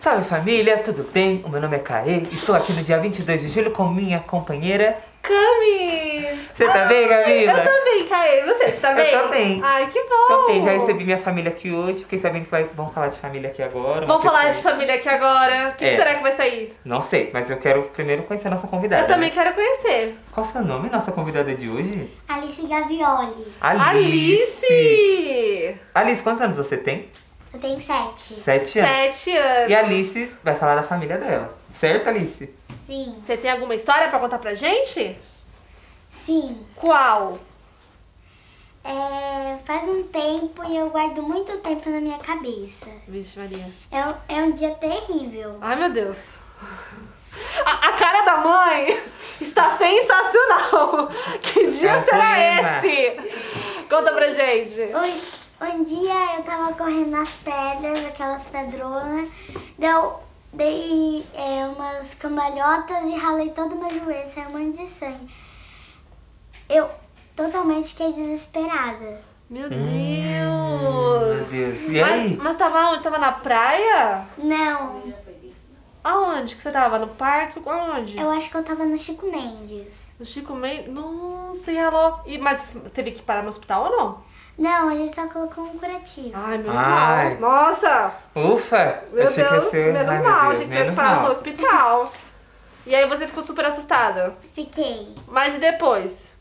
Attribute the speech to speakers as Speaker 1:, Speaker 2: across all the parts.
Speaker 1: Salve família, tudo bem? O meu nome é Caê, estou aqui no dia 22 de julho com minha companheira.
Speaker 2: Camis!
Speaker 1: Você tá bem, Camila?
Speaker 2: Eu tô bem, Caê. Você, você tá
Speaker 1: Eu
Speaker 2: bem?
Speaker 1: tô bem.
Speaker 2: Ai, que bom!
Speaker 1: Tô bem, já recebi minha família aqui hoje, fiquei sabendo que vai, vão falar de família aqui agora. uma
Speaker 2: Vamos falar de
Speaker 1: pessoa-
Speaker 2: família aqui agora. O que
Speaker 1: É.
Speaker 2: será que vai sair?
Speaker 1: Não sei, mas eu quero primeiro conhecer a nossa convidada.
Speaker 2: Eu também
Speaker 1: né?
Speaker 2: quero conhecer.
Speaker 1: Qual o seu nome, nossa convidada de hoje?
Speaker 3: Alice Gavioli.
Speaker 2: Alice!
Speaker 1: Alice, quantos anos você tem?
Speaker 3: Eu tenho sete.
Speaker 1: Sete anos.
Speaker 2: Sete anos.
Speaker 1: E a Alice vai falar da família dela. Certo, Alice?
Speaker 3: Sim.
Speaker 2: Você tem alguma história pra contar pra gente?
Speaker 3: Sim.
Speaker 2: Qual?
Speaker 3: É, faz um tempo e eu guardo muito tempo na minha cabeça.
Speaker 2: Vixe, Maria.
Speaker 3: É, um- é um dia terrível.
Speaker 2: Ai, meu Deus. A, a cara da mãe está sensacional. Que dia
Speaker 1: É um
Speaker 2: será
Speaker 1: poema.
Speaker 2: esse? Conta pra gente.
Speaker 3: Um, um dia eu tava correndo nas pedras, aquelas pedronas, deu, dei é, umas cambalhotas e ralei todo meu joelho, saiu um monte de sangue. Eu totalmente fiquei desesperada.
Speaker 2: Meu
Speaker 1: Hum, Meu
Speaker 2: Deus.
Speaker 1: Deus. E aí?
Speaker 2: Mas, mas tava onde? Tava na praia?
Speaker 3: Não,
Speaker 2: Aonde que você tava? No parque? Aonde?
Speaker 3: eu acho que eu tava no Chico Mendes.
Speaker 2: No Chico Mendes? Nossa, e alô? E, mas teve que parar no hospital ou não?
Speaker 3: Não, ele só colocou um curativo.
Speaker 2: Ai, menos
Speaker 1: Ai.
Speaker 2: mal. Nossa,
Speaker 1: Ufa!
Speaker 2: meu
Speaker 1: achei que ia
Speaker 2: Deus,
Speaker 1: ser...
Speaker 2: menos
Speaker 1: Ai, meu
Speaker 2: mal. A
Speaker 1: Deus,
Speaker 2: gente tivesse
Speaker 1: menos
Speaker 2: parado no
Speaker 1: mal.
Speaker 2: hospital. E aí você ficou super assustada.
Speaker 3: Fiquei.
Speaker 2: Mas e depois?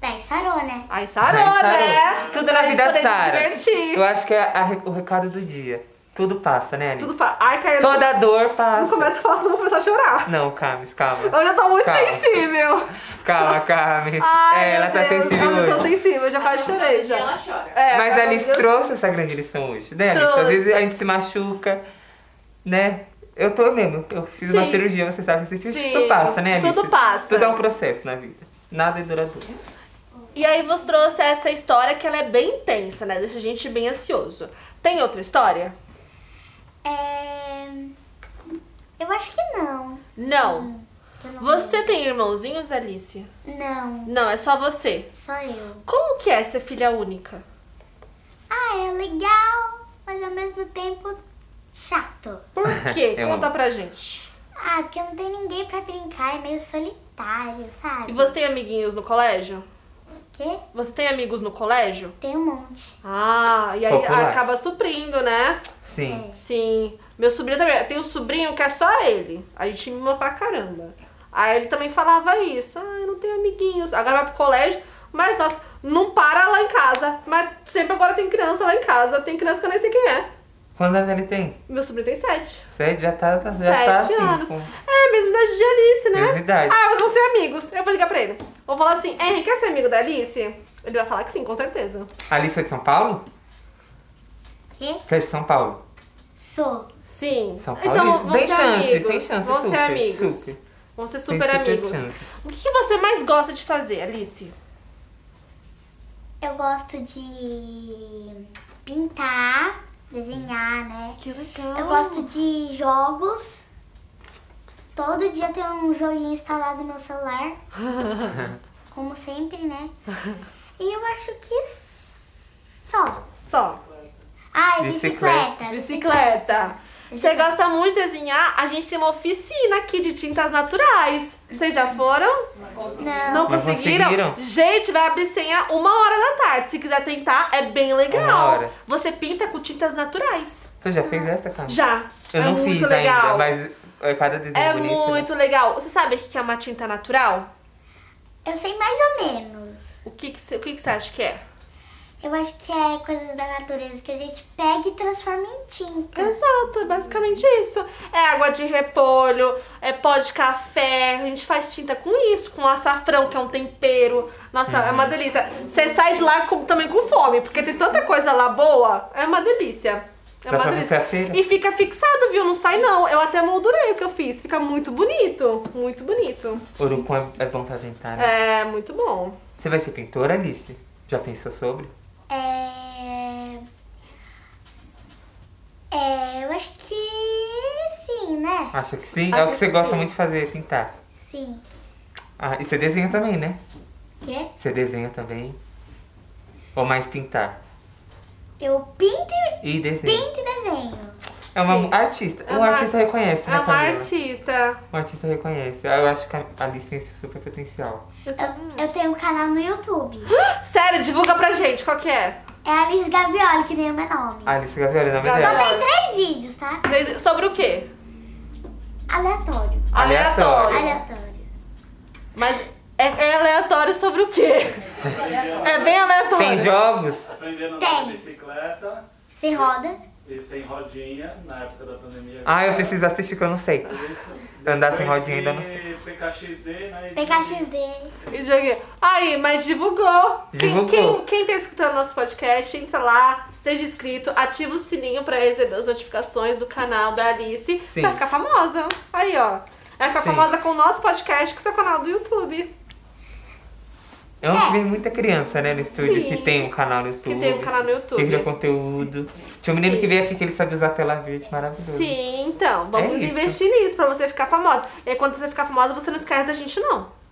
Speaker 3: Daí sarou, né?
Speaker 2: Aí sarou,
Speaker 1: Ai, sarou.
Speaker 2: né?
Speaker 1: Tudo na
Speaker 2: Pra gente
Speaker 1: vida
Speaker 2: poder se
Speaker 1: sara.
Speaker 2: divertir.
Speaker 1: Eu acho que é a re- o recado do dia. Tudo passa, né, Alice?
Speaker 2: Tudo fala. Ai, Caio,
Speaker 1: Toda dor
Speaker 2: não
Speaker 1: passa.
Speaker 2: começa a falar, não vou começar a chorar.
Speaker 1: Não, Camis, calma.
Speaker 2: Eu já tô muito
Speaker 1: Calma.
Speaker 2: sensível.
Speaker 1: Calma, Camis.
Speaker 2: Ai,
Speaker 1: É, ela
Speaker 2: meu
Speaker 1: tá
Speaker 2: Deus.
Speaker 1: sensível
Speaker 2: Ah, Eu tô
Speaker 1: hoje.
Speaker 2: sensível, eu já quase chorei já. Ela chora. É,
Speaker 1: Mas a
Speaker 2: agora
Speaker 1: Alice
Speaker 2: eu-
Speaker 1: trouxe essa grande lição hoje, né, Alice? Às
Speaker 2: Trouxe.
Speaker 1: vezes a gente se machuca, né? Eu tô mesmo, eu fiz uma
Speaker 2: Sim.
Speaker 1: cirurgia, você sabe, você se
Speaker 2: Sim.
Speaker 1: tudo passa, né, Alice?
Speaker 2: Tudo passa.
Speaker 1: Tudo é um processo na vida. Nada é duradouro.
Speaker 2: E aí você trouxe essa história que ela é bem intensa, né? Deixa a gente bem ansioso. Tem outra história?
Speaker 3: É... Eu acho que não.
Speaker 2: Não.
Speaker 3: Hum, que eu não-
Speaker 2: Você tem irmãozinhos, Alice?
Speaker 3: Não,
Speaker 2: Não, é só você.
Speaker 3: só eu.
Speaker 2: Como que é ser filha única?
Speaker 3: Ah, é legal, mas ao mesmo tempo chato.
Speaker 2: Por quê?
Speaker 1: Eu
Speaker 2: Conta
Speaker 1: amo.
Speaker 2: pra gente.
Speaker 3: Ah, porque não tem ninguém pra brincar, é meio solitário, sabe?
Speaker 2: E você tem amiguinhos no colégio?
Speaker 3: Quê?
Speaker 2: Você tem amigos no colégio?
Speaker 3: Tem um monte.
Speaker 2: Ah, e aí
Speaker 1: Popular.
Speaker 2: acaba suprindo, né?
Speaker 1: Sim.
Speaker 2: Sim. Meu sobrinho também. Eu tenho um sobrinho que é só ele. A gente mima pra caramba. Aí ele também falava isso. Ah, eu não tenho amiguinhos. Agora vai pro colégio. Mas, nossa, não para lá em casa. Mas sempre agora tem criança lá em casa. Tem criança que eu nem sei quem é.
Speaker 1: Quantos anos ele tem?
Speaker 2: Meu sobrinho tem sete.
Speaker 1: Sete, já tá, já
Speaker 2: sete
Speaker 1: tá assim.
Speaker 2: anos.
Speaker 1: com- É
Speaker 2: É, mesma idade de Alice, né?
Speaker 1: Mesma idade.
Speaker 2: Ah, mas vão ser amigos. Eu vou ligar pra ele. Vou falar assim, Henrique, quer ser amigo da Alice? Ele vai falar que sim, com certeza.
Speaker 1: Alice é de São Paulo?
Speaker 3: Quê?
Speaker 1: Você é de São Paulo?
Speaker 3: Sou.
Speaker 2: Sim.
Speaker 1: São
Speaker 2: Então,
Speaker 1: Paulo
Speaker 2: vão
Speaker 1: tem
Speaker 2: ser
Speaker 1: chance,
Speaker 2: amigos.
Speaker 1: tem chance,
Speaker 2: Vão ser
Speaker 1: super,
Speaker 2: amigos.
Speaker 1: super.
Speaker 2: Vão ser
Speaker 1: Tem
Speaker 2: super
Speaker 1: super
Speaker 2: amigos.
Speaker 1: chance.
Speaker 2: O que, que você mais gosta de fazer, Alice?
Speaker 3: Eu gosto de pintar, desenhar, né?
Speaker 2: Que legal.
Speaker 3: Eu gosto de jogos. Todo dia tem um joguinho instalado no meu celular. Como sempre, né? E eu acho que só.
Speaker 2: Só.
Speaker 3: Ah, e
Speaker 1: Bicicleta.
Speaker 3: bicicleta.
Speaker 2: Bicicleta. Você gosta muito de desenhar? A gente tem uma oficina aqui de tintas naturais. Vocês já foram?
Speaker 3: Não.
Speaker 2: Não
Speaker 1: Não
Speaker 2: conseguiram?
Speaker 1: conseguiram?
Speaker 2: Gente, vai abrir senha uma hora da tarde. Se quiser tentar, é bem legal.
Speaker 1: Uma hora.
Speaker 2: Você pinta com tintas naturais.
Speaker 1: Você já fez essa, Camis?
Speaker 2: Já.
Speaker 1: Eu
Speaker 2: é
Speaker 1: não
Speaker 2: muito
Speaker 1: fiz
Speaker 2: legal.
Speaker 1: ainda, mas é cada desenho
Speaker 2: É
Speaker 1: bonito. né?
Speaker 2: muito legal. Você sabe o que que é uma tinta natural?
Speaker 3: Eu sei mais ou menos.
Speaker 2: O que que você o que que você acha que é?
Speaker 3: Eu acho que é coisas da natureza que a gente pega e transforma em tinta.
Speaker 2: Exato, é basicamente isso. É água de repolho, é pó de café, a gente faz tinta com isso, com açafrão, que é um tempero. Nossa, é uma delícia. Você sai de lá com- também com fome, porque tem tanta coisa lá boa, é uma delícia. É
Speaker 1: Dá
Speaker 2: uma
Speaker 1: pra você a
Speaker 2: delícia.
Speaker 1: feira?
Speaker 2: E fica fixado, viu? Não sai não. Eu até moldurei o que eu fiz. Fica muito bonito. Muito bonito.
Speaker 1: Urucum é- é bom pra pintar, né?
Speaker 2: É, muito bom.
Speaker 1: Você vai ser pintora, Alice? Já pensou sobre?
Speaker 3: É... é. Eu acho que sim, né?
Speaker 1: Acha que sim? é
Speaker 2: Acho
Speaker 1: o que você
Speaker 2: que
Speaker 1: gosta
Speaker 2: sim.
Speaker 1: muito de fazer, pintar.
Speaker 3: Sim. é?
Speaker 1: Ah, e você desenha também, né?
Speaker 3: Quê?
Speaker 1: Você desenha também. Ou mais pintar.
Speaker 3: Eu pinto, e-
Speaker 1: E desenha.
Speaker 3: pinto e desenho.
Speaker 1: É uma
Speaker 2: Sim.
Speaker 1: artista.
Speaker 2: É
Speaker 1: um
Speaker 2: uma-
Speaker 1: artista reconhece,
Speaker 2: É
Speaker 1: né,
Speaker 2: uma
Speaker 1: Camila?
Speaker 2: artista.
Speaker 1: Um artista reconhece. Eu acho que a Alice tem esse super potencial.
Speaker 3: Eu, eu tenho um canal no YouTube.
Speaker 2: Sério, divulga pra gente, qual que é?
Speaker 3: É Alice Gavioli, que nem o meu nome.
Speaker 1: Alice Gavioli, é o nome
Speaker 2: Gavioli.
Speaker 3: Só
Speaker 1: dela.
Speaker 3: tem três vídeos, tá?
Speaker 2: Sobre o quê?
Speaker 3: Aleatório.
Speaker 1: Aleatório.
Speaker 3: Aleatório.
Speaker 2: Mas é, é aleatório sobre o quê? É bem aleatório.
Speaker 1: Tem jogos?
Speaker 4: Aprendendo a
Speaker 3: Tem.
Speaker 4: andar de bicicleta
Speaker 3: Sem roda.
Speaker 4: e sem rodinha na época da pandemia.
Speaker 1: Ah, eu preciso assistir que eu não sei.
Speaker 4: Isso.
Speaker 1: Andar sem
Speaker 4: Depois
Speaker 1: rodinha ainda não
Speaker 4: de PKXD, né? e de-
Speaker 3: PKXD.
Speaker 2: E joguei. Aí, mas divulgou. Quem-
Speaker 1: Divulgou.
Speaker 2: Quem, quem, tá escutando nosso podcast, entra lá, seja inscrito, ativa o sininho pra receber as notificações do canal da Alice. Você
Speaker 1: Sim.
Speaker 2: vai ficar famosa. Aí, ó. Vai ficar
Speaker 1: Sim.
Speaker 2: famosa com o nosso podcast, que é o seu canal do YouTube.
Speaker 1: É onde vem muita criança, né, no estúdio,
Speaker 2: Sim.
Speaker 1: que tem um canal no YouTube.
Speaker 2: Que tem um canal no YouTube.
Speaker 1: Cria conteúdo. Tinha um menino
Speaker 2: Sim.
Speaker 1: que veio aqui que ele sabia usar a tela verde, maravilhoso.
Speaker 2: Sim, então, vamos
Speaker 1: Hum. É isso.
Speaker 2: investir nisso pra você ficar famosa. E aí, quando você ficar famosa, você não esquece da gente, não.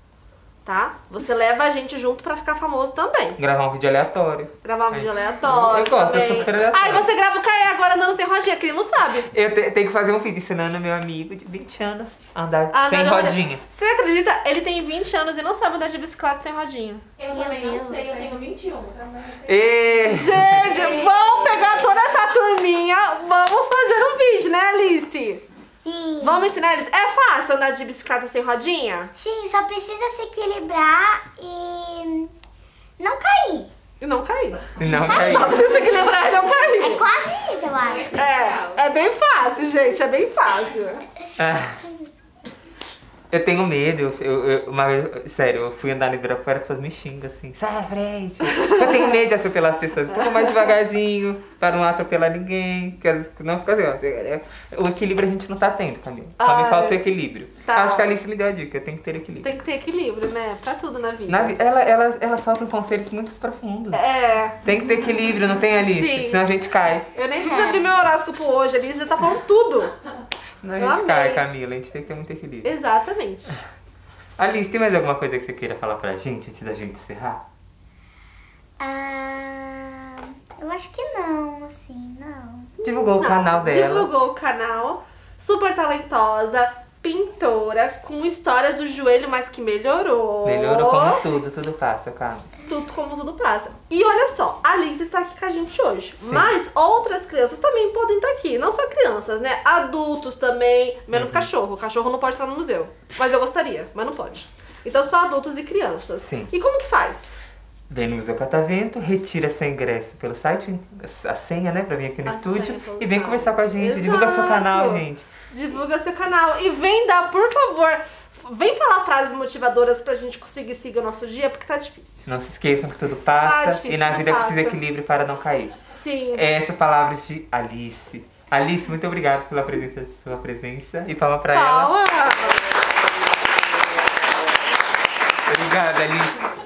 Speaker 2: Tá? Você leva a gente junto pra ficar famoso também.
Speaker 1: Gravar um vídeo aleatório.
Speaker 2: Gravar um vídeo
Speaker 1: Ai,
Speaker 2: aleatório.
Speaker 1: eu gosto, eu
Speaker 2: também.
Speaker 1: sou super aleatório.
Speaker 2: Aí você grava o Caê agora andando sem rodinha, que ele não sabe.
Speaker 1: Eu te- tenho que fazer um vídeo ensinando meu amigo de 20 anos a andar
Speaker 2: Ah,
Speaker 1: sem
Speaker 2: não, não,
Speaker 1: rodinha.
Speaker 2: olha, Você acredita? Ele tem 20 anos e não sabe andar de bicicleta sem rodinha.
Speaker 5: Eu
Speaker 3: Meu
Speaker 5: também não
Speaker 3: Deus.
Speaker 5: sei, eu tenho 21.
Speaker 1: E...
Speaker 2: Gente, vamos pegar toda essa turminha, vamos fazer um vídeo, né, Alice?
Speaker 3: Sim.
Speaker 2: Vamos ensinar eles. É fácil andar de bicicleta sem rodinha?
Speaker 3: Sim, só precisa se equilibrar e não cair.
Speaker 2: E não cair.
Speaker 1: Não, é caiu.
Speaker 2: Só precisa se equilibrar e não
Speaker 3: É
Speaker 2: cair.
Speaker 3: quase isso, eu acho.
Speaker 2: É, é bem fácil, gente, é bem fácil.
Speaker 1: Ah. Eu tenho medo, eu- eu, eu- uma vez, sério, eu fui andar no Ibirapuera, as pessoas me xingam assim, sai da frente. Eu tenho medo de atropelar as pessoas, então eu vou mais devagarzinho, pra não atropelar ninguém, que as- não fica assim, ó. O equilíbrio a gente não tá tendo, Camila, só
Speaker 2: Ai.
Speaker 1: me falta o equilíbrio.
Speaker 2: Ah, Tá.
Speaker 1: Acho que a Alice me deu a dica, eu tenho que ter equilíbrio.
Speaker 2: Tem que ter equilíbrio, né? Pra tudo na vida.
Speaker 1: Na vi- ela, ela, ela solta uns conselhos muito profundos.
Speaker 2: É.
Speaker 1: Tem que ter equilíbrio, não tem, Alice?
Speaker 2: Sim.
Speaker 1: Senão a gente cai.
Speaker 2: Eu nem preciso abrir meu horóscopo hoje, a Alice já tá falando tudo.
Speaker 1: Senão a
Speaker 2: Eu
Speaker 1: gente cai,
Speaker 2: amei.
Speaker 1: Camila, a gente tem que ter muito equilíbrio.
Speaker 2: Exatamente.
Speaker 1: Alice, tem mais alguma coisa que você queira falar pra gente antes da gente encerrar?
Speaker 3: Ah, eu acho que não, assim, não.
Speaker 1: Divulgou o
Speaker 2: Não,
Speaker 1: canal dela.
Speaker 2: Divulgou o canal. Super talentosa, pintora, com histórias do joelho, mas que melhorou.
Speaker 1: Melhorou como tudo, tudo passa, Carlos.
Speaker 2: Tudo como tudo passa. E olha só, a Liz está aqui com a gente hoje.
Speaker 1: Sim.
Speaker 2: Mas outras crianças também podem estar aqui. Não só crianças, né? Adultos também. Menos
Speaker 1: Uhum.
Speaker 2: cachorro. Cachorro não pode estar no museu. Mas eu gostaria, mas não pode. Então só adultos e crianças.
Speaker 1: Sim.
Speaker 2: E como que faz?
Speaker 1: Vem no Museu Catavento, retira seu ingresso pelo site, a senha, né, pra vir aqui no
Speaker 2: A
Speaker 1: estúdio.
Speaker 2: senha pelo
Speaker 1: E vem
Speaker 2: site.
Speaker 1: conversar com a gente, divulga seu
Speaker 2: Exato.
Speaker 1: canal, gente.
Speaker 2: Divulga seu canal e vem dar, por favor, vem falar frases motivadoras pra gente conseguir seguir o nosso dia, porque tá difícil.
Speaker 1: Não se esqueçam que tudo passa
Speaker 2: Ah, difícil,
Speaker 1: e na
Speaker 2: tudo
Speaker 1: vida
Speaker 2: passa.
Speaker 1: precisa equilíbrio para não cair.
Speaker 2: Sim.
Speaker 1: Essas palavras de Alice. Alice, muito obrigado pela presença, sua presença. E palma pra ela.
Speaker 2: Palma!
Speaker 1: Obrigada, Alice.